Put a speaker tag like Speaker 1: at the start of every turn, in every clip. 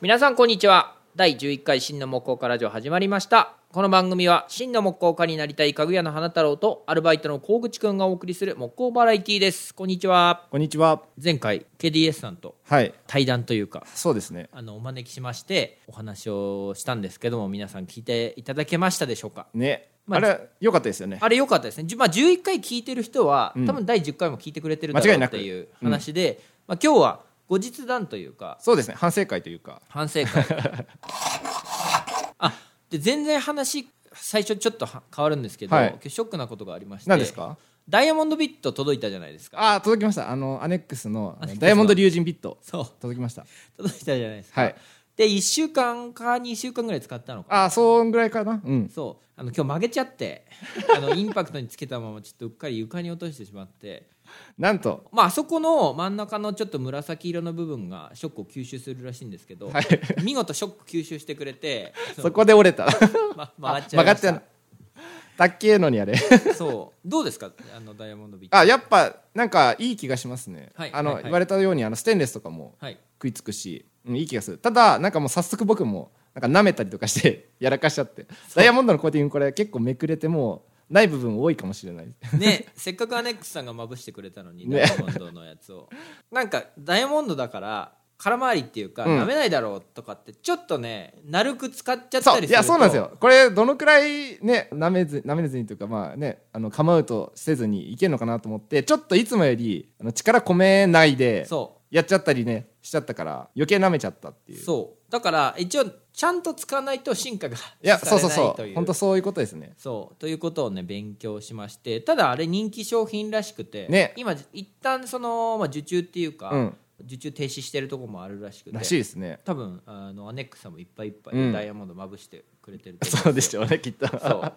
Speaker 1: 皆さんこんにちは第11回真の木工家ラジオ始まりましたこの番組は真の木工家になりたいかぐやの花太郎とアルバイトの小口くんがお送りする木工バラエティーですこんにちは
Speaker 2: こんにちは。
Speaker 1: 前回 KDS さんと
Speaker 2: はい。
Speaker 1: 対談というか
Speaker 2: そうですね。
Speaker 1: あのお招きしましてお話をしたんですけども皆さん聞いていただけましたでしょうか
Speaker 2: ね。
Speaker 1: まあ
Speaker 2: あれ、良かったですよね。
Speaker 1: あれ良かったですね、じゅまあ、11回聞いてる人は、
Speaker 2: うん
Speaker 1: 多分第10回も聞いてくれてるだろうっていう話で、まあ、今日は後日談というか
Speaker 2: そうですね。反省会というか。
Speaker 1: 反省会あで全然話最初ちょっとは変わるんですけど、
Speaker 2: はい
Speaker 1: 今日ショックなことがありまして
Speaker 2: 何ですか
Speaker 1: ダイヤモンドビット届いたじゃないですか
Speaker 2: ああ、届きました。あの、アネックスのあ
Speaker 1: アネックスの
Speaker 2: のダイヤモンド竜神ビット。
Speaker 1: そう
Speaker 2: 届きました。
Speaker 1: 届いたじゃないですか、
Speaker 2: はい。
Speaker 1: で1週間か2週間ぐらい使ったのか
Speaker 2: ああ、そんぐらいかな。うん。
Speaker 1: そうあの今日曲げちゃってあ のインパクトにつけたままちょっとうっかり床に落としてしまって
Speaker 2: なんと。
Speaker 1: まああそこの真ん中のちょっと紫色の部分がショックを吸収するらしいんですけど、
Speaker 2: はい
Speaker 1: 見事ショック吸収してくれ て
Speaker 2: そこで折 れた。
Speaker 1: ま曲がっちゃい
Speaker 2: 曲が
Speaker 1: ま
Speaker 2: っ
Speaker 1: し
Speaker 2: ちゃう
Speaker 1: た。
Speaker 2: たっけえのにあれ。
Speaker 1: そうどうですかあのダイヤモンドビット
Speaker 2: あ、やっぱ、なんかいい気がしますね
Speaker 1: はい。は
Speaker 2: あ
Speaker 1: いは
Speaker 2: の、
Speaker 1: い
Speaker 2: 言われたように、あの、ステンレスとかも
Speaker 1: はい
Speaker 2: 食いつくし、うんいい気がする。ただ、なんかもう早速僕も、なんか舐めたりとかして、 やらかしちゃって。ダイヤモンドのコーティング、これ結構めくれてもう、ない部分多いかもしれない。
Speaker 1: ね せっかくアネックスさんがまぶしてくれたのに、
Speaker 2: ね
Speaker 1: ダイヤモンドのやつをなんかダイヤモンドだから空回りっていうか、
Speaker 2: うん
Speaker 1: 舐めないだろうとかってちょっとねなるく使っちゃった
Speaker 2: そう
Speaker 1: りすると
Speaker 2: いやそうなんですよこれどのくらいねなめず舐めずにというかまあねあのカムアウトせずにいけるのかなと思ってちょっといつもよりあの力込めないで
Speaker 1: そ
Speaker 2: やっちゃったりねしちゃったから余計舐めちゃったって
Speaker 1: う
Speaker 2: いう
Speaker 1: そうだから一応ちゃんと使わないと進化が
Speaker 2: いや
Speaker 1: さ
Speaker 2: そう
Speaker 1: れ
Speaker 2: そう
Speaker 1: ない
Speaker 2: そ
Speaker 1: と
Speaker 2: う
Speaker 1: いう
Speaker 2: 本当そういうことですね
Speaker 1: そうということをね勉強しましてただあれ人気商品らしくて、
Speaker 2: ね
Speaker 1: 今一旦その、まあ、受注っていうか、
Speaker 2: うん
Speaker 1: 受注停止してるとこもあるらしくて
Speaker 2: らしいですね
Speaker 1: 多分あのアネックさんもいっぱいいっぱい、
Speaker 2: うん
Speaker 1: ダイヤモンドまぶしてくれてると思
Speaker 2: そう でしょうねきっと
Speaker 1: そう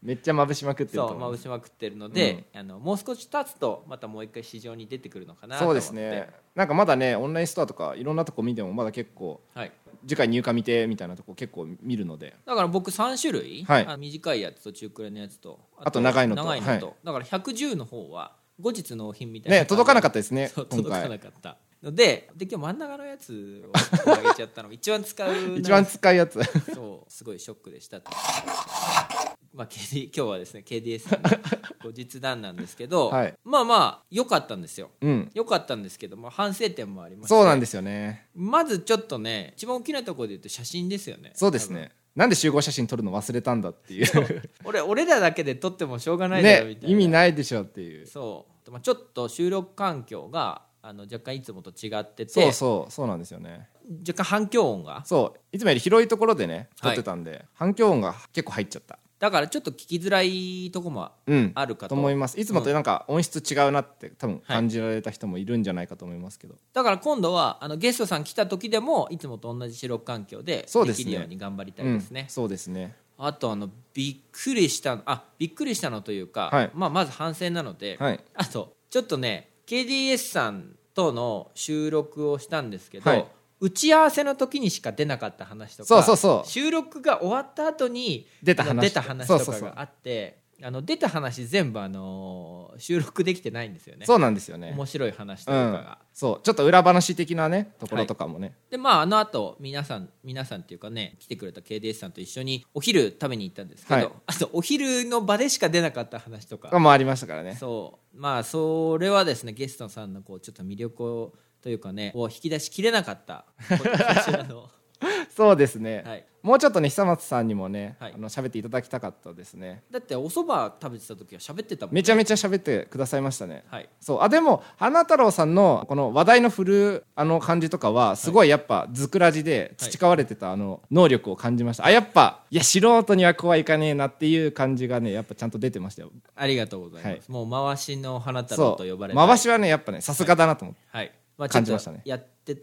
Speaker 2: めっちゃまぶしまくってると
Speaker 1: そ
Speaker 2: 思
Speaker 1: うまぶ
Speaker 2: う
Speaker 1: しまくってるので、あのもう少し経つとまたもう一回市場に出てくるのかなと
Speaker 2: そ
Speaker 1: 思
Speaker 2: う
Speaker 1: って
Speaker 2: ですねなんかまだねオンラインストアとかいろんなとこ見てもまだ結構
Speaker 1: はい、
Speaker 2: 次回入荷見てみたいなとこ結構見るので
Speaker 1: だから僕3種類、
Speaker 2: はい
Speaker 1: あ短いやつと中くらいのやつとあ
Speaker 2: あと長いのと
Speaker 1: とだから110の方は後日納品みたいな
Speaker 2: ね届かなか
Speaker 1: っ
Speaker 2: ったですね今
Speaker 1: 届か
Speaker 2: 回
Speaker 1: なかったのでで今日真ん中のやつをあげちゃ ったのが一番使う
Speaker 2: 一番使いやつ
Speaker 1: そうすごいショックでしたまあ、KD 今日はですね KDS さんの後日談なんですけど、
Speaker 2: はい
Speaker 1: まあまあ良かったんですよ
Speaker 2: うん
Speaker 1: 良かったんですけど、まあ、反省点もありまして
Speaker 2: そうなんですよね。
Speaker 1: まずちょっとね一番大きなところで言うと写真ですよね
Speaker 2: そうですね。なんで集合写真撮るの忘れたんだっていう。
Speaker 1: 多分俺俺らだけで撮ってもしょうがないだろみ
Speaker 2: ね、
Speaker 1: たいな、
Speaker 2: 意味ないでしょっていう。
Speaker 1: そう、まあ、ちょっと収録環境があの若干いつもと違ってて
Speaker 2: そうそう、そうなんですよね。
Speaker 1: 若干反響音が
Speaker 2: そう、いつもより広いところでね、撮
Speaker 1: はい
Speaker 2: ってたんで、反響音が結構入っちゃった。
Speaker 1: だからちょっと聞きづらいとこも
Speaker 2: うん。
Speaker 1: あるかと
Speaker 2: と思います。いつもとなんか音質違うなって、多分感じられた人もいるんじゃないかと思いますけど。
Speaker 1: だから今度はあのゲストさん来た時でもいつもと同じ収録環境で
Speaker 2: そう
Speaker 1: で
Speaker 2: ですね
Speaker 1: きるように頑張りたい
Speaker 2: うん
Speaker 1: ですね
Speaker 2: そうですね。
Speaker 1: あとあのびっくりしたあびっくりしたのというか、
Speaker 2: はい
Speaker 1: まあ、まず反省なので、
Speaker 2: はい。
Speaker 1: あとちょっとね KDS さんとの収録をしたんですけど、
Speaker 2: はい
Speaker 1: 打ち合わせの時にしか出なかった話とか
Speaker 2: そうそうそう
Speaker 1: 収録が終わった後に
Speaker 2: 出た話
Speaker 1: 出た話と
Speaker 2: そう
Speaker 1: か
Speaker 2: そうそう
Speaker 1: があってあの出た話全部、あのー収録できてないんですよね
Speaker 2: そうなんですよね。
Speaker 1: 面白い話と
Speaker 2: う
Speaker 1: いうか
Speaker 2: ん
Speaker 1: が、。
Speaker 2: そう、ちょっと裏話的なね、ところとかもね。
Speaker 1: でまああの後皆さん皆さんっていうかね来てくれた KDS さんと一緒にお昼食べに行ったんですけど、
Speaker 2: はい
Speaker 1: あとお昼の場でしか出なかった話とか
Speaker 2: もありましたからね。
Speaker 1: そうまあそれはですねゲストさんのこうちょっと魅力をというかねを引き出しきれなかったこちら の
Speaker 2: そうですね。
Speaker 1: はい
Speaker 2: もうちょっとね、久松さんにもね、
Speaker 1: はい
Speaker 2: あの喋っていただきたかったですね。
Speaker 1: だってお蕎麦食べてた時は喋ってたもん
Speaker 2: めちゃめちゃ喋ってくださいましたね。
Speaker 1: はい
Speaker 2: そうあでも花太郎さんのこの話題の振るあの感じとかはすごいやっぱずくらじで培われてたあの能力を感じました、あやっぱいや素人にはこうはいかねえなっていう感じがねやっぱちゃんと出てましたよ
Speaker 1: ありがとうございます、
Speaker 2: はい
Speaker 1: もう回しの花太郎と
Speaker 2: そ
Speaker 1: 呼
Speaker 2: う
Speaker 1: ばれ
Speaker 2: 回しはねやっぱねさすがだなと思って、
Speaker 1: はい、まあ、ちょっ
Speaker 2: 感じ
Speaker 1: と
Speaker 2: ましたね
Speaker 1: やって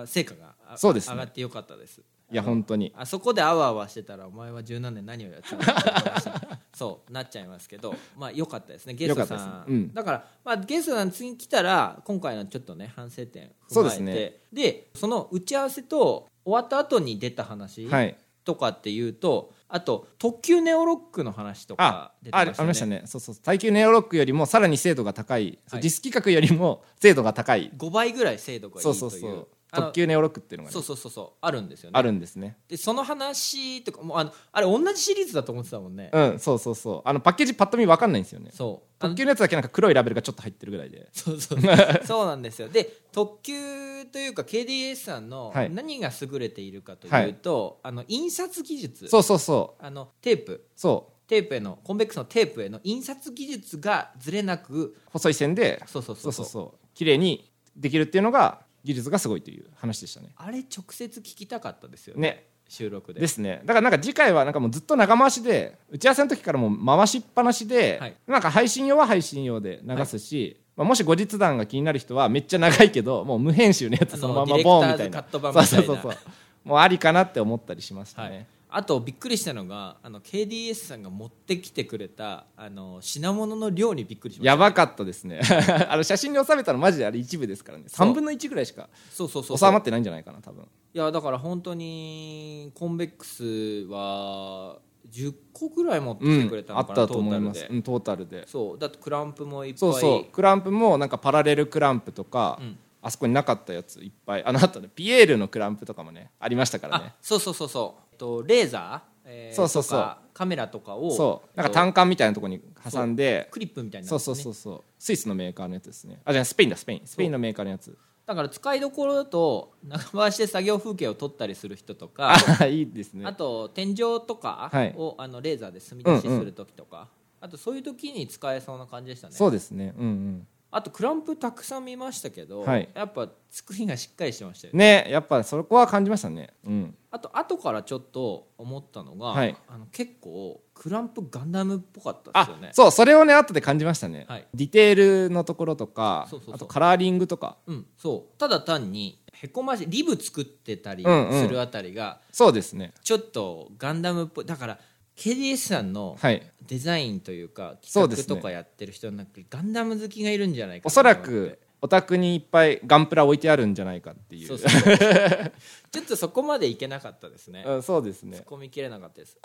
Speaker 1: た成果があ
Speaker 2: そうですね
Speaker 1: 上がってよかったです
Speaker 2: い、や本当に
Speaker 1: あそこであわあわしてたらお前は十何年何をやってたんだって話に そうなっちゃいますけどまあ良かったですねゲストさ
Speaker 2: 良か
Speaker 1: ん
Speaker 2: っ、たですうん
Speaker 1: だから、まあ、ゲストさん次来たら今回のちょっとね反省点踏まえて
Speaker 2: そうですね
Speaker 1: でその打ち合わせと終わった後に出た話
Speaker 2: はい
Speaker 1: とかっていうと、あと特急ネオロックの話と
Speaker 2: あ
Speaker 1: か出て
Speaker 2: あ
Speaker 1: まし
Speaker 2: あり
Speaker 1: たね
Speaker 2: ましたねそうそう耐久ネオロックよりもさらに精度が高い、そう
Speaker 1: はい
Speaker 2: ディス規格よりも精度が高い
Speaker 1: 5倍ぐらい精度がいいという
Speaker 2: そうそうそう
Speaker 1: あの
Speaker 2: 特急ネオロックっていうのがね
Speaker 1: そうそうそうそうあるんですよね
Speaker 2: あるんですね
Speaker 1: でその話とかもうあのあれ同じシリーズだと思ってたもんね、
Speaker 2: うんそうそうそうあのパッケージパッと見分かんないんですよね
Speaker 1: そうあの
Speaker 2: 特急のやつだけなんか黒いラベルがちょっと入ってるぐらいで
Speaker 1: そう そうそうなんですよで特急というか KDS さんの
Speaker 2: はい
Speaker 1: 何が優れているかというと、あの印刷技術
Speaker 2: そうそうそ
Speaker 1: あのテープ
Speaker 2: うそ
Speaker 1: テープへのコンベックスのテープへの印刷技術がずれなく
Speaker 2: う細い線で
Speaker 1: そうそうそ
Speaker 2: そううそ
Speaker 1: そう
Speaker 2: うそう綺麗にできるっていうのが技術がすごいという話でしたね
Speaker 1: あれ直接聞きたかったですよね
Speaker 2: ね
Speaker 1: 収録で
Speaker 2: ですねだからなんか次回はなんかもうずっと長回しで打ち合わせの時からもう回しっぱなしで、
Speaker 1: はい
Speaker 2: なんか配信用は配信用で流すし、まあ、もし後日談が気になる人はめっちゃ長いけ どもう無編集のやつそのまま
Speaker 1: あの
Speaker 2: ボーンみた
Speaker 1: ディレ
Speaker 2: いな
Speaker 1: クターズカット版みたいな
Speaker 2: そうそうそうそうもうありかなって思ったりしました
Speaker 1: は
Speaker 2: ね、
Speaker 1: い、あとびっくりしたのがあの KDS さんが持ってきてくれたあの品物の量にびっくりしました
Speaker 2: やばかったですね あの写真に収めたのマジであれ一部ですからね
Speaker 1: そう
Speaker 2: 3分の1ぐらいしか
Speaker 1: そうそうそう
Speaker 2: 収まってないんじゃないかな多分
Speaker 1: いやだから本当にコンベックスは10個ぐらい持ってきてくれたの
Speaker 2: あっ
Speaker 1: かな、
Speaker 2: たと思います
Speaker 1: トータル
Speaker 2: う
Speaker 1: で
Speaker 2: んトータルで
Speaker 1: そうだってクランプもいっぱい
Speaker 2: そうそうクランプもなんかパラレルクランプとか、
Speaker 1: うん
Speaker 2: あそこになかったやついっぱいあのあとねピエールのクランプとかもねありましたからね
Speaker 1: あそうそうそうそう、えっと、レーザー、えー
Speaker 2: そうそうそう
Speaker 1: とかカメラとかを
Speaker 2: そうなんか
Speaker 1: えっ
Speaker 2: 単管みたいなとこに挟んで
Speaker 1: とクリップみたいな
Speaker 2: そう
Speaker 1: の
Speaker 2: そう
Speaker 1: ね
Speaker 2: そうそうスイスのメーカーのやつですねあじゃあスペインだスペインスペインのメーカーのやつ
Speaker 1: だから使いどころだと長回しで作業風景を撮ったりする人とか
Speaker 2: あいいです
Speaker 1: あ
Speaker 2: ね
Speaker 1: と天井とか
Speaker 2: はい
Speaker 1: を、あのレーザーで墨出しする時とか、あとそういう時に使えそうな感じでしたね
Speaker 2: そうですねうんうん
Speaker 1: あとクランプたくさん見ましたけど、
Speaker 2: はい
Speaker 1: やっぱ作りがしっかりしてましたよね
Speaker 2: ねやっぱそこは感じましたねうん
Speaker 1: あと後からちょっと思ったのが、
Speaker 2: はい
Speaker 1: あの結構クランプガンダムっぽかったですよ
Speaker 2: あ
Speaker 1: ね
Speaker 2: そうそれをね後で感じましたね、
Speaker 1: はい
Speaker 2: ディテールのところとか
Speaker 1: そうそうそう
Speaker 2: あとカラーリングとか
Speaker 1: うん、そうただ単にへこましリブ作ってたり
Speaker 2: うんうん
Speaker 1: するあたりが
Speaker 2: そうですね
Speaker 1: ちょっとガンダムっぽいだから KDS さんの
Speaker 2: はい
Speaker 1: デザインというか
Speaker 2: そ
Speaker 1: 企
Speaker 2: うで
Speaker 1: 画
Speaker 2: すね
Speaker 1: とかやってる人の中にガンダム好きがいるんじゃないかな
Speaker 2: おそらくお宅にいっぱいガンプラ置いてあるんじゃないかっていう
Speaker 1: そうそうそう ちょっとそこまでいけなかったですね、
Speaker 2: うんそうですね
Speaker 1: 突っ込みきれなかったです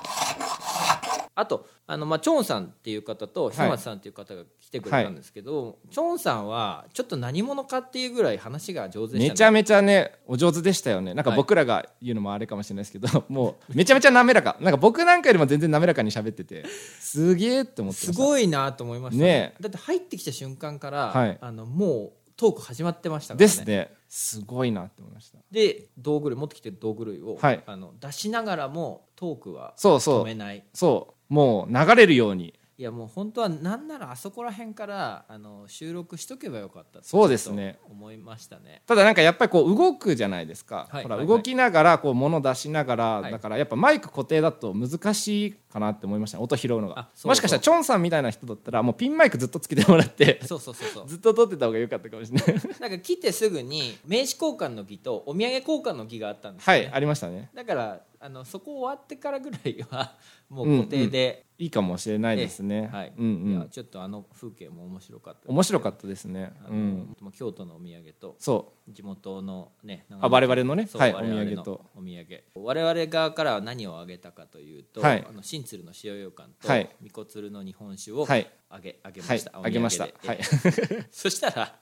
Speaker 1: あとあの、まあ、チョンさんっていう方とひまつさんっていう方が来てくれたんですけど、チョンさんはちょっと何者かっていうぐらい話が上手でしたね
Speaker 2: めちゃめちゃねお上手でしたよねなんか
Speaker 1: はい
Speaker 2: 僕らが言うのもあれかもしれないですけど、 もうめちゃめちゃ滑らかなんか僕なんかよりも全然滑らかに喋っててすげえって思ってますした
Speaker 1: ごいなと思いました
Speaker 2: ね
Speaker 1: だって入ってきた瞬間から、
Speaker 2: はい
Speaker 1: あのもうトーク始まってましたからね
Speaker 2: ですねすごいなって思いました
Speaker 1: で道具類持ってきてる道具類を、
Speaker 2: はい
Speaker 1: あの出しながらもトークは
Speaker 2: そう
Speaker 1: 止
Speaker 2: そ
Speaker 1: め
Speaker 2: う
Speaker 1: ない
Speaker 2: そうもう流れるように
Speaker 1: いやもう本当はなんならあそこら辺からあの収録しとけばよかったって
Speaker 2: そうですね
Speaker 1: ちょっと思いましたね
Speaker 2: ただなんかやっぱりこう動くじゃないですか、
Speaker 1: はい
Speaker 2: ほら
Speaker 1: はい
Speaker 2: 動きながらこう物出しながら、
Speaker 1: い
Speaker 2: だからやっぱマイク固定だと難しいかなって思いましたね音拾うのが
Speaker 1: あそうそう
Speaker 2: もしかしたらチョンさんみたいな人だったらもうピンマイクずっとつけても らって
Speaker 1: そうそうそうそう
Speaker 2: ずっと撮ってた方が良かったかもしれない
Speaker 1: なんか来てすぐに名刺交換の儀とお土産交換の儀があったんです
Speaker 2: は
Speaker 1: よね、
Speaker 2: いありましたね
Speaker 1: だからあのそこ終わってからぐらいはもう固定で、
Speaker 2: いいかもしれないですね、
Speaker 1: はい、
Speaker 2: うんう
Speaker 1: いや
Speaker 2: ん
Speaker 1: ちょっとあの風景も面白かった
Speaker 2: 面白かったですね
Speaker 1: あ
Speaker 2: う
Speaker 1: の、
Speaker 2: ん
Speaker 1: もう京都のお土産と
Speaker 2: そ
Speaker 1: 地元のね
Speaker 2: あ我々のね
Speaker 1: そう
Speaker 2: はい
Speaker 1: 我々の
Speaker 2: お土産と
Speaker 1: お土産我々側からは何をあげたかというと、
Speaker 2: はい
Speaker 1: あの新鶴の塩羊羹と、
Speaker 2: はい
Speaker 1: みこつるの日本酒
Speaker 2: う
Speaker 1: を
Speaker 2: はい
Speaker 1: あげ,、あげま
Speaker 2: はい
Speaker 1: した、
Speaker 2: あげました
Speaker 1: お土産
Speaker 2: はい
Speaker 1: でえそしたら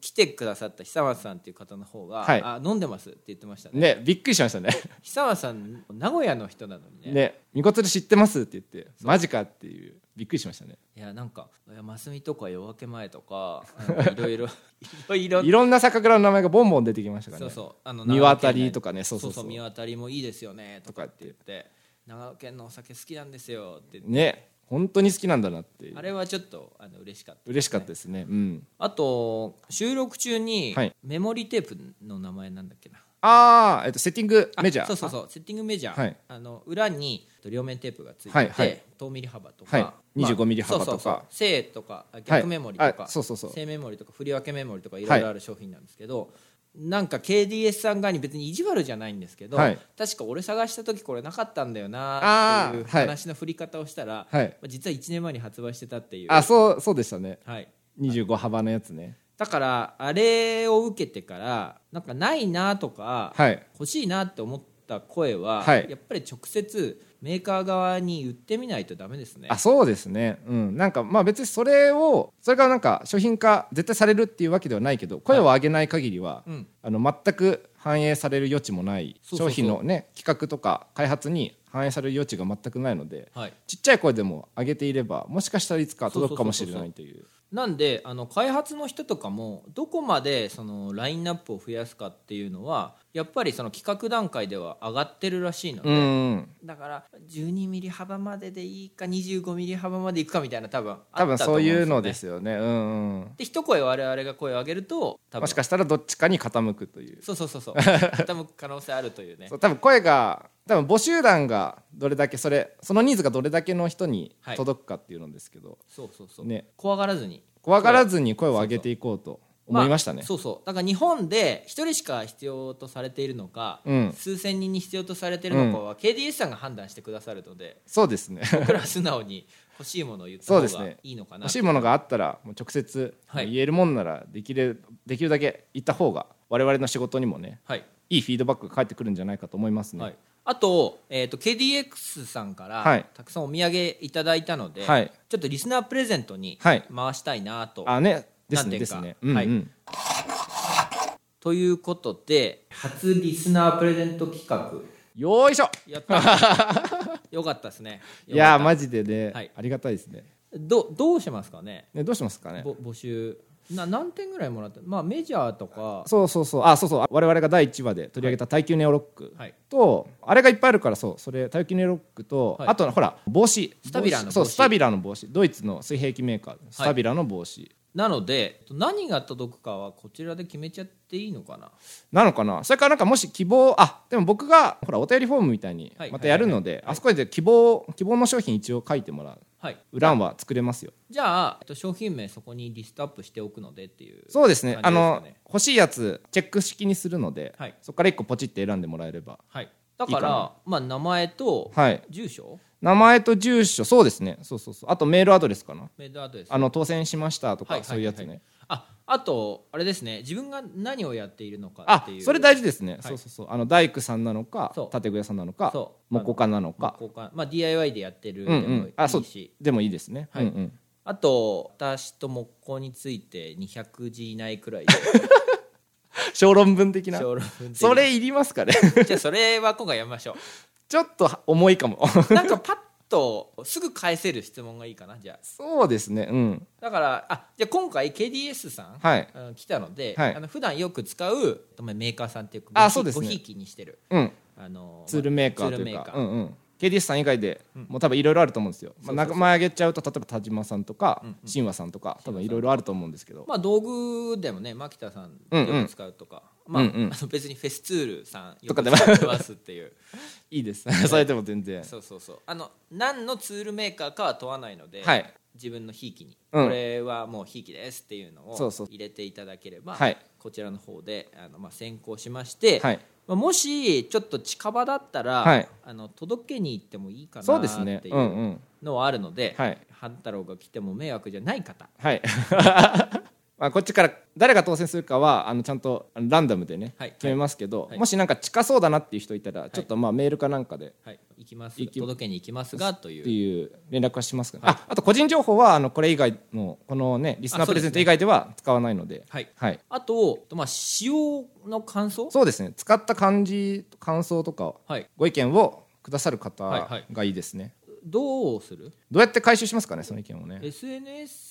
Speaker 1: 来てくださった久松さんっていう方の方が「
Speaker 2: はい
Speaker 1: あ飲んでます」って言ってましたね
Speaker 2: ねびっくりしましたね
Speaker 1: 久松さん名古屋の人なの にね
Speaker 2: ね「みこつる知ってます」って言って「マジか」っていうびっくりしましたね
Speaker 1: いやなんかいやますみとか夜明け前と かあのいろいろいろいろ
Speaker 2: いろんな酒蔵の名前がボンボン出てきましたから
Speaker 1: そ
Speaker 2: ね
Speaker 1: うそうあの
Speaker 2: 見渡りとかね
Speaker 1: 長野県内
Speaker 2: そうそうそう
Speaker 1: 見渡りもいいですよねとかって
Speaker 2: と
Speaker 1: 言
Speaker 2: かっ
Speaker 1: って長野県のお酒好きなんですよって言って
Speaker 2: ね本当に好きなんだなっていう
Speaker 1: あれはちょっとあの嬉しかった
Speaker 2: 嬉しかったですねうん
Speaker 1: あと収録中に
Speaker 2: はい
Speaker 1: メモリテープの名前なんだっけな
Speaker 2: ああ、えっと、セッティング
Speaker 1: あ
Speaker 2: メジャー
Speaker 1: そうそうそうセッティングメジャー、
Speaker 2: はい
Speaker 1: あの裏に両面テープがついてて、
Speaker 2: はいはい
Speaker 1: 10ミリ幅とか、
Speaker 2: はい25ミリ幅
Speaker 1: そうそうそう
Speaker 2: とか
Speaker 1: 正とか逆メモリと
Speaker 2: はい
Speaker 1: か、
Speaker 2: あそうそうそう
Speaker 1: 正メモリとか振り分けメモリとかいろいろある商品なんですけど、なんか KDS さん側に別に意地悪じゃないんですけど、
Speaker 2: はい
Speaker 1: 確か俺探した時これなかったんだよなっていう
Speaker 2: あーはい
Speaker 1: 話の振り方をしたら、
Speaker 2: はい
Speaker 1: まあ実は1年前に発売してたっていう、
Speaker 2: あそうそうでしたね
Speaker 1: はい、
Speaker 2: 25幅のやつね
Speaker 1: だからあれを受けてからなんかないなとか、
Speaker 2: はい
Speaker 1: 欲しいなって思っった声は、
Speaker 2: はい
Speaker 1: やっぱり直接メーカー側に言ってみないとダメですね
Speaker 2: あそうですねうんなんかまあ別にそれをそれがなんか商品化絶対されるっていうわけではないけど声を上げない限りは、
Speaker 1: うん
Speaker 2: あの全く反映される余地もない
Speaker 1: そうそうそう
Speaker 2: 商品のね企画とか開発に反映される余地が全くないので
Speaker 1: はい
Speaker 2: ちっちゃい声でも上げていればもしかしたらいつか届くかもしれないという
Speaker 1: なんであの開発の人とかもどこまでそのラインナップを増やすかっていうのはやっぱりその企画段階では上がってるらしいので、
Speaker 2: うんうん
Speaker 1: だから12ミリ幅まででいいか25ミリ幅までいくかみたいな多分あ
Speaker 2: 多
Speaker 1: っ
Speaker 2: 分
Speaker 1: た
Speaker 2: そういうのですすよねうんうん
Speaker 1: で一声我々が声を上げると多分
Speaker 2: もしかしたらどっちかに傾くという
Speaker 1: そうそうそうそう 傾く可能性あるというね
Speaker 2: そう多分声が多分募集団がどれだけそれそのニーズがどれだけの人に
Speaker 1: はい
Speaker 2: 届くかっていうのですけど、
Speaker 1: そうそうそう、
Speaker 2: ね
Speaker 1: 怖がらずに
Speaker 2: 怖がらずに声を上げていこうと思いましたね。
Speaker 1: あそうそうだから日本で一人しか必要とされているのか、
Speaker 2: うん
Speaker 1: 数千人に必要とされているのかは、KDS さんが判断してくださるの で
Speaker 2: そうですね。
Speaker 1: 僕らは素直に欲しいものを言った
Speaker 2: そう
Speaker 1: 方
Speaker 2: です
Speaker 1: が
Speaker 2: ね
Speaker 1: いいのかな
Speaker 2: 欲しいものがあったらもう直接
Speaker 1: はい
Speaker 2: 言えるもんならできれできるだけ言った方が我々の仕事にもね
Speaker 1: はい、
Speaker 2: いいフィードバックが返ってくるんじゃないかと思いますね。
Speaker 1: はい、あと,、えー、と KDX さんから、
Speaker 2: はい
Speaker 1: たくさんお土産いただいたので、
Speaker 2: はい
Speaker 1: ちょっとリスナープレゼントに
Speaker 2: はい
Speaker 1: 回したいなと、
Speaker 2: あねです
Speaker 1: なんていうか
Speaker 2: ねですね。うんうん
Speaker 1: はいということで初リスナープレゼント企画
Speaker 2: よーいしょ
Speaker 1: やった よかったですね
Speaker 2: いやー
Speaker 1: よかっ
Speaker 2: マジでね、
Speaker 1: はい
Speaker 2: ありがたいですね。
Speaker 1: たどどうしますかね
Speaker 2: ねどうしますかね
Speaker 1: ぼ募集な何点ぐらいもらってまあメジャーとか
Speaker 2: そうそうそうあそうそう我々が第1話で取り上げた「耐久ネオロック
Speaker 1: はい」
Speaker 2: と、あれがいっぱいあるからそうそれ耐久ネオロックと、
Speaker 1: はい
Speaker 2: あとほら帽子ス
Speaker 1: タビラの帽子
Speaker 2: そうスタビラの帽子ドイツの水平器メーカースタビラの帽子、
Speaker 1: なので何が届くかはこちらで決めちゃっていいのかな
Speaker 2: なのかなそれからなんかもし希望あでも僕がほらお便りフォームみたいに
Speaker 1: はい
Speaker 2: またやるので、あそこで希望希望の商品一応書いてもらう
Speaker 1: はい
Speaker 2: 裏は作れますよ
Speaker 1: じゃあえっと商品名そこにリストアップしておくのでっていう
Speaker 2: そうですね
Speaker 1: 感
Speaker 2: あ
Speaker 1: じですか
Speaker 2: の
Speaker 1: ね
Speaker 2: 欲しいやつチェック式にするので、
Speaker 1: はい
Speaker 2: そこから1個ポチって選んでもらえれば
Speaker 1: はいだから
Speaker 2: いいか
Speaker 1: まあ名前と
Speaker 2: はい
Speaker 1: 住所
Speaker 2: 名前と住所そうですねそうそうそうあとメールアドレスかな
Speaker 1: メールアドレス
Speaker 2: あの当選しましたとか、
Speaker 1: はいはい
Speaker 2: そういうやつね、
Speaker 1: はああとあれですね自分が何をやっているのかっ
Speaker 2: あ
Speaker 1: ていう
Speaker 2: それ大事ですね、
Speaker 1: い
Speaker 2: そうそうそうあの大工さんなのか
Speaker 1: そう
Speaker 2: 建具屋さんなのか
Speaker 1: そう
Speaker 2: 木工家なの
Speaker 1: まあ
Speaker 2: か
Speaker 1: 交換まあ DIY でやってる
Speaker 2: う
Speaker 1: でも
Speaker 2: ん
Speaker 1: いいし、
Speaker 2: うんあそうでもいいですね、
Speaker 1: はい
Speaker 2: うんうん
Speaker 1: あと私と木工について200字以内くらい で
Speaker 2: 小論文的な
Speaker 1: 小論文的に
Speaker 2: それいりますかね
Speaker 1: じゃあそれは今回やめましょ
Speaker 2: ちょっと重いかも
Speaker 1: うなんかパッとすぐ返せる質問がいいかなじゃあ
Speaker 2: そうですねうん
Speaker 1: だからあじゃあ今回 KDS さん、
Speaker 2: はい
Speaker 1: あの来たので、
Speaker 2: はい
Speaker 1: あの普段よく使うメーカーさんっていうか
Speaker 2: あそうですね
Speaker 1: ごひいきにしてる
Speaker 2: うん
Speaker 1: あの
Speaker 2: ツールメーカーという
Speaker 1: ツルメ
Speaker 2: か、うんうん、KDS さん以外でもう多分いろいろあると思うんですよ、まあ、名前挙げちゃうと例えば田島さんとか神話さんとか多分いろいろあると思うんですけど
Speaker 1: まあ道具でもね牧田さん
Speaker 2: うんうん
Speaker 1: よく使うとか、まあ、
Speaker 2: うんうん
Speaker 1: あの別にフェスツールさんよ
Speaker 2: と
Speaker 1: く
Speaker 2: かでも
Speaker 1: 使ってますっていう
Speaker 2: いいです それでも全然
Speaker 1: そうそうそうあの何のツールメーカーかは問わないので、
Speaker 2: はい
Speaker 1: 自分のひいきに、
Speaker 2: うん
Speaker 1: これはもうひいきですっていうのを
Speaker 2: そうそう
Speaker 1: 入れていただければ
Speaker 2: はい
Speaker 1: こちらの方であの、まあ、先行しまして、
Speaker 2: はい
Speaker 1: まあ、もしちょっと近場だったら、
Speaker 2: はい
Speaker 1: あの届けに行ってもいいかな
Speaker 2: そうです
Speaker 1: っ
Speaker 2: ね
Speaker 1: ていううん
Speaker 2: うん
Speaker 1: のはあるので、
Speaker 2: はい
Speaker 1: 半太郎が来ても迷惑じゃない方
Speaker 2: はい まあこっちから誰が当選するかはあのちゃんとあのランダムでね、
Speaker 1: はい
Speaker 2: 決めますけど、
Speaker 1: はい
Speaker 2: もしなんか近そうだなっていう人いたら、ちょっとまあメールかなんかで
Speaker 1: はい、行きます
Speaker 2: 行き
Speaker 1: 届けに行きますがとい
Speaker 2: っ
Speaker 1: う
Speaker 2: ていう連絡はしますか、ねああと個人情報はあのこれ以外のこのねリスナープレゼント以外では使わないので
Speaker 1: はい
Speaker 2: はい、
Speaker 1: あと、まあ、使用の感想
Speaker 2: そうですね使った感じ感想とか
Speaker 1: はい
Speaker 2: ご意見をくださる方
Speaker 1: はいはい
Speaker 2: がいいですね、
Speaker 1: どうする
Speaker 2: どうやって回収しますかねその意見をね
Speaker 1: SNS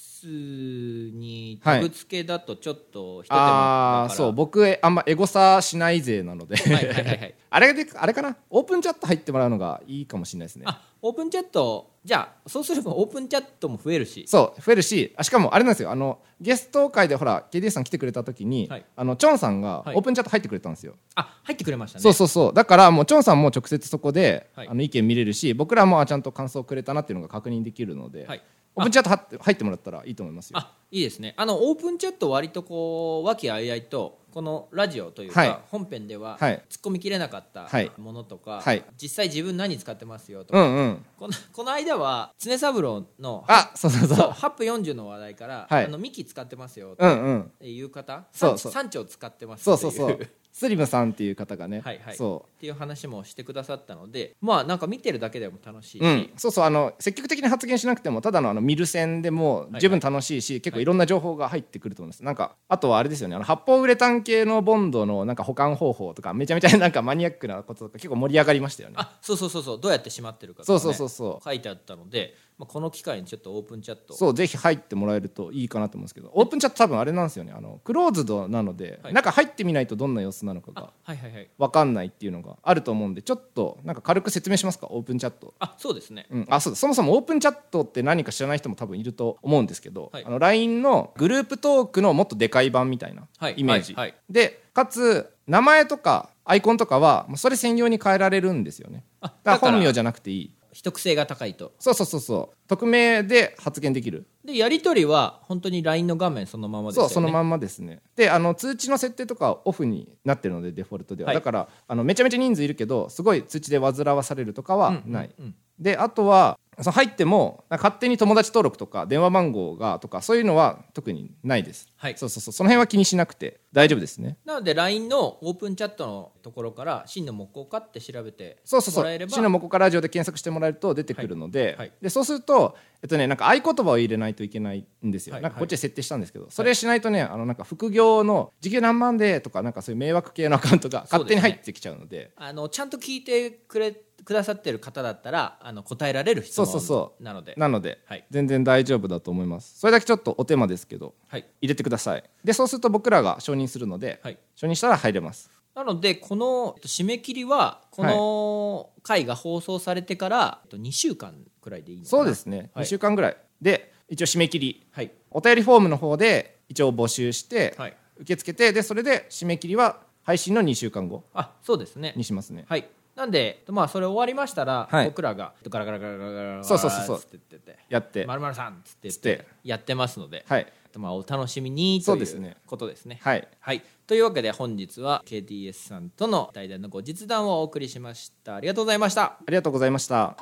Speaker 1: に
Speaker 2: はい
Speaker 1: タグ付けだとちょっと一手間だから、
Speaker 2: ああそう僕えあんまエゴサしない勢なので、
Speaker 1: はいはいはいはい
Speaker 2: あれであれかなオープンチャット入ってもらうのがいいかもしれないですね
Speaker 1: あオープンチャットじゃあそうすればオープンチャットも増えるし
Speaker 2: そう増えるしあしかもあれなんですよあのゲスト会でほら KDS さん来てくれた時に、
Speaker 1: はい
Speaker 2: あのチョンさんが
Speaker 1: はい
Speaker 2: オープンチャット入ってくれたんですよ、
Speaker 1: あ入ってくれましたね
Speaker 2: そうそうそうだからもうチョンさんも直接そこで、
Speaker 1: はい
Speaker 2: あの意見見れるし僕らもあちゃんと感想くれたなっていうのが確認できるので、
Speaker 1: はい
Speaker 2: オープンチャットはって入ってもらったらいいと思いますよ
Speaker 1: あいいですねあのオープンチャット割とこう和気あいあいとこのラジオというか、
Speaker 2: はい
Speaker 1: 本編では
Speaker 2: はい
Speaker 1: 突っ込みきれなかった
Speaker 2: はい
Speaker 1: ものとか、
Speaker 2: はい
Speaker 1: 実際自分何使ってますよと
Speaker 2: う
Speaker 1: か、
Speaker 2: んうん
Speaker 1: このこの間は常三郎の
Speaker 2: あそうそう
Speaker 1: そ
Speaker 2: そうう
Speaker 1: 8分40の話題から、
Speaker 2: はい
Speaker 1: あのミキ使ってますよっ
Speaker 2: うんうん
Speaker 1: ていう方
Speaker 2: そうそう
Speaker 1: 産地産地を使ってます
Speaker 2: そ
Speaker 1: っ
Speaker 2: う
Speaker 1: てい
Speaker 2: そうそうスリムさんっていう方がね、
Speaker 1: はいはい
Speaker 2: そ
Speaker 1: っていう話もしてくださったのでまあなんか見てるだけでも楽しいし、
Speaker 2: う、うん、そうそうあの積極的に発言しなくてもただのあの見る線でも十分楽しいし、結構いろんな情報が入ってくると思うんです、なんかあとはあれですよねあの発泡ウレタン系のボンドのなんか保管方法とかめちゃめちゃなんかマニアックなこととか結構盛り上がりましたよね
Speaker 1: あそうそうそうそうどうやってしまってるかとか、
Speaker 2: そ
Speaker 1: ね、
Speaker 2: うそうそうそう
Speaker 1: 書いてあったので、まあ、この機会にちょっとオープンチャット
Speaker 2: そうぜひ入ってもらえるといいかなと思うんですけどオープンチャット多分あれなんですよねあのクローズドなので、
Speaker 1: はい
Speaker 2: 中入ってみないとどんな様子なのかが
Speaker 1: あはいはいはい
Speaker 2: 分かんないっていうのがあると思うんでちょっとなんか軽く説明しますかオープンチャット。
Speaker 1: あそうですね
Speaker 2: うん、あそうだそもそもオープンチャットって何か知らない人も多分いると思うんですけど、
Speaker 1: はい
Speaker 2: あの LINE のグループトークのもっとでかい版みたいな
Speaker 1: はい
Speaker 2: イメージ、
Speaker 1: はいはい
Speaker 2: でかつ名前とかアイコンとかはもうそれ専用に変えられるんですよね
Speaker 1: あ
Speaker 2: だ
Speaker 1: だ
Speaker 2: か
Speaker 1: からら
Speaker 2: 本名じゃなくていい
Speaker 1: 秘匿性が高いと
Speaker 2: そうそうそうそう匿名で発言できる
Speaker 1: でやり取りは本当に LINE の画面そのままですよ
Speaker 2: そ
Speaker 1: ね
Speaker 2: うそのまんまですねであの通知の設定とかオフになってるのでデフォルトでは、
Speaker 1: はい
Speaker 2: だからあのめちゃめちゃ人数いるけどすごい通知で煩わされるとかは
Speaker 1: うん
Speaker 2: ない、
Speaker 1: うんうん
Speaker 2: であとはその入ってもなんか勝手に友達登録とか電話番号がとかそういうのは特にないです、
Speaker 1: はい
Speaker 2: そうそうそうその辺は気にしなくて大丈夫ですね
Speaker 1: なので LINE のオープンチャットのところから真の木工かって調べて
Speaker 2: そうそうそ
Speaker 1: もらえれ
Speaker 2: う「
Speaker 1: ば
Speaker 2: シのモコカラジオ」で検索してもらえると出てくるので,、
Speaker 1: はい
Speaker 2: でそうすると、えっとね、なんか合言葉を入れないといけないんですよ、
Speaker 1: はい
Speaker 2: なんかこっちで設定したんですけど、それしないとねあのなんか副業の「時給何万で」とかなんかそういう迷惑系のアカウントが勝手に入ってきちゃうので
Speaker 1: あのちゃんと聞いてくれくださってる方だったらあの答えられる質問
Speaker 2: そうそうそう
Speaker 1: なので
Speaker 2: なので、
Speaker 1: はい
Speaker 2: 全然大丈夫だと思いますそれだけちょっとお手間ですけど
Speaker 1: はい、
Speaker 2: 入れてくださいでそうすると僕らが承認するので、
Speaker 1: はい、
Speaker 2: 承認したら入れます
Speaker 1: なのでこのえっと締め切りはこの回が放送されてからえっと2週間くらいでいいのかな
Speaker 2: そうですね、
Speaker 1: はい
Speaker 2: 2週間ぐらいで一応締め切り
Speaker 1: はい
Speaker 2: お便りフォームの方で一応募集して、
Speaker 1: はい
Speaker 2: 受け付けてでそれで締め切りは配信の2週間後
Speaker 1: あそうですね
Speaker 2: にしますね
Speaker 1: はいなんでまあそれ終わりましたら、
Speaker 2: はい
Speaker 1: 僕らがえっとガラガラガラガラガラガラ
Speaker 2: そうそうそうそう
Speaker 1: つって言ってて
Speaker 2: やって
Speaker 1: まるまるさんっつって言
Speaker 2: つって
Speaker 1: ってやってますので、
Speaker 2: はい
Speaker 1: まあお楽しみにと
Speaker 2: そう
Speaker 1: い
Speaker 2: ですね
Speaker 1: うことですね。
Speaker 2: はい
Speaker 1: はい、というわけで本日は KTS さんとの対談の後日談をお送りしました。ありがとうございました。
Speaker 2: ありがとうございました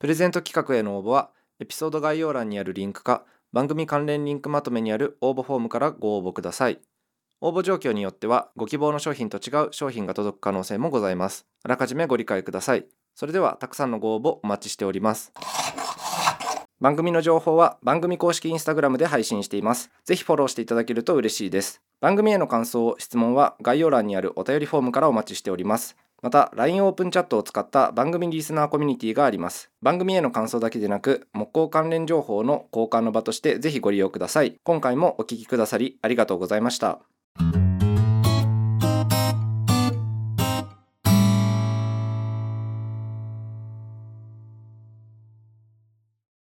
Speaker 2: プレゼント企画への応募はエピソード概要欄にあるリンクか番組関連リンクまとめにある応募フォームからご応募ください応募状況によってはご希望の商品と違う商品が届く可能性もございますあらかじめご理解くださいそれではたくさんのご応募お待ちしております番組の情報は番組公式インスタグラムで配信していますぜひフォローしていただけると嬉しいです番組への感想質問は概要欄にあるお便りフォームからお待ちしておりますまた LINE オープンチャットを使った番組リスナーコミュニティがあります番組への感想だけでなく木工関連情報の交換の場としてぜひご利用ください今回もお聞きくださりありがとうございました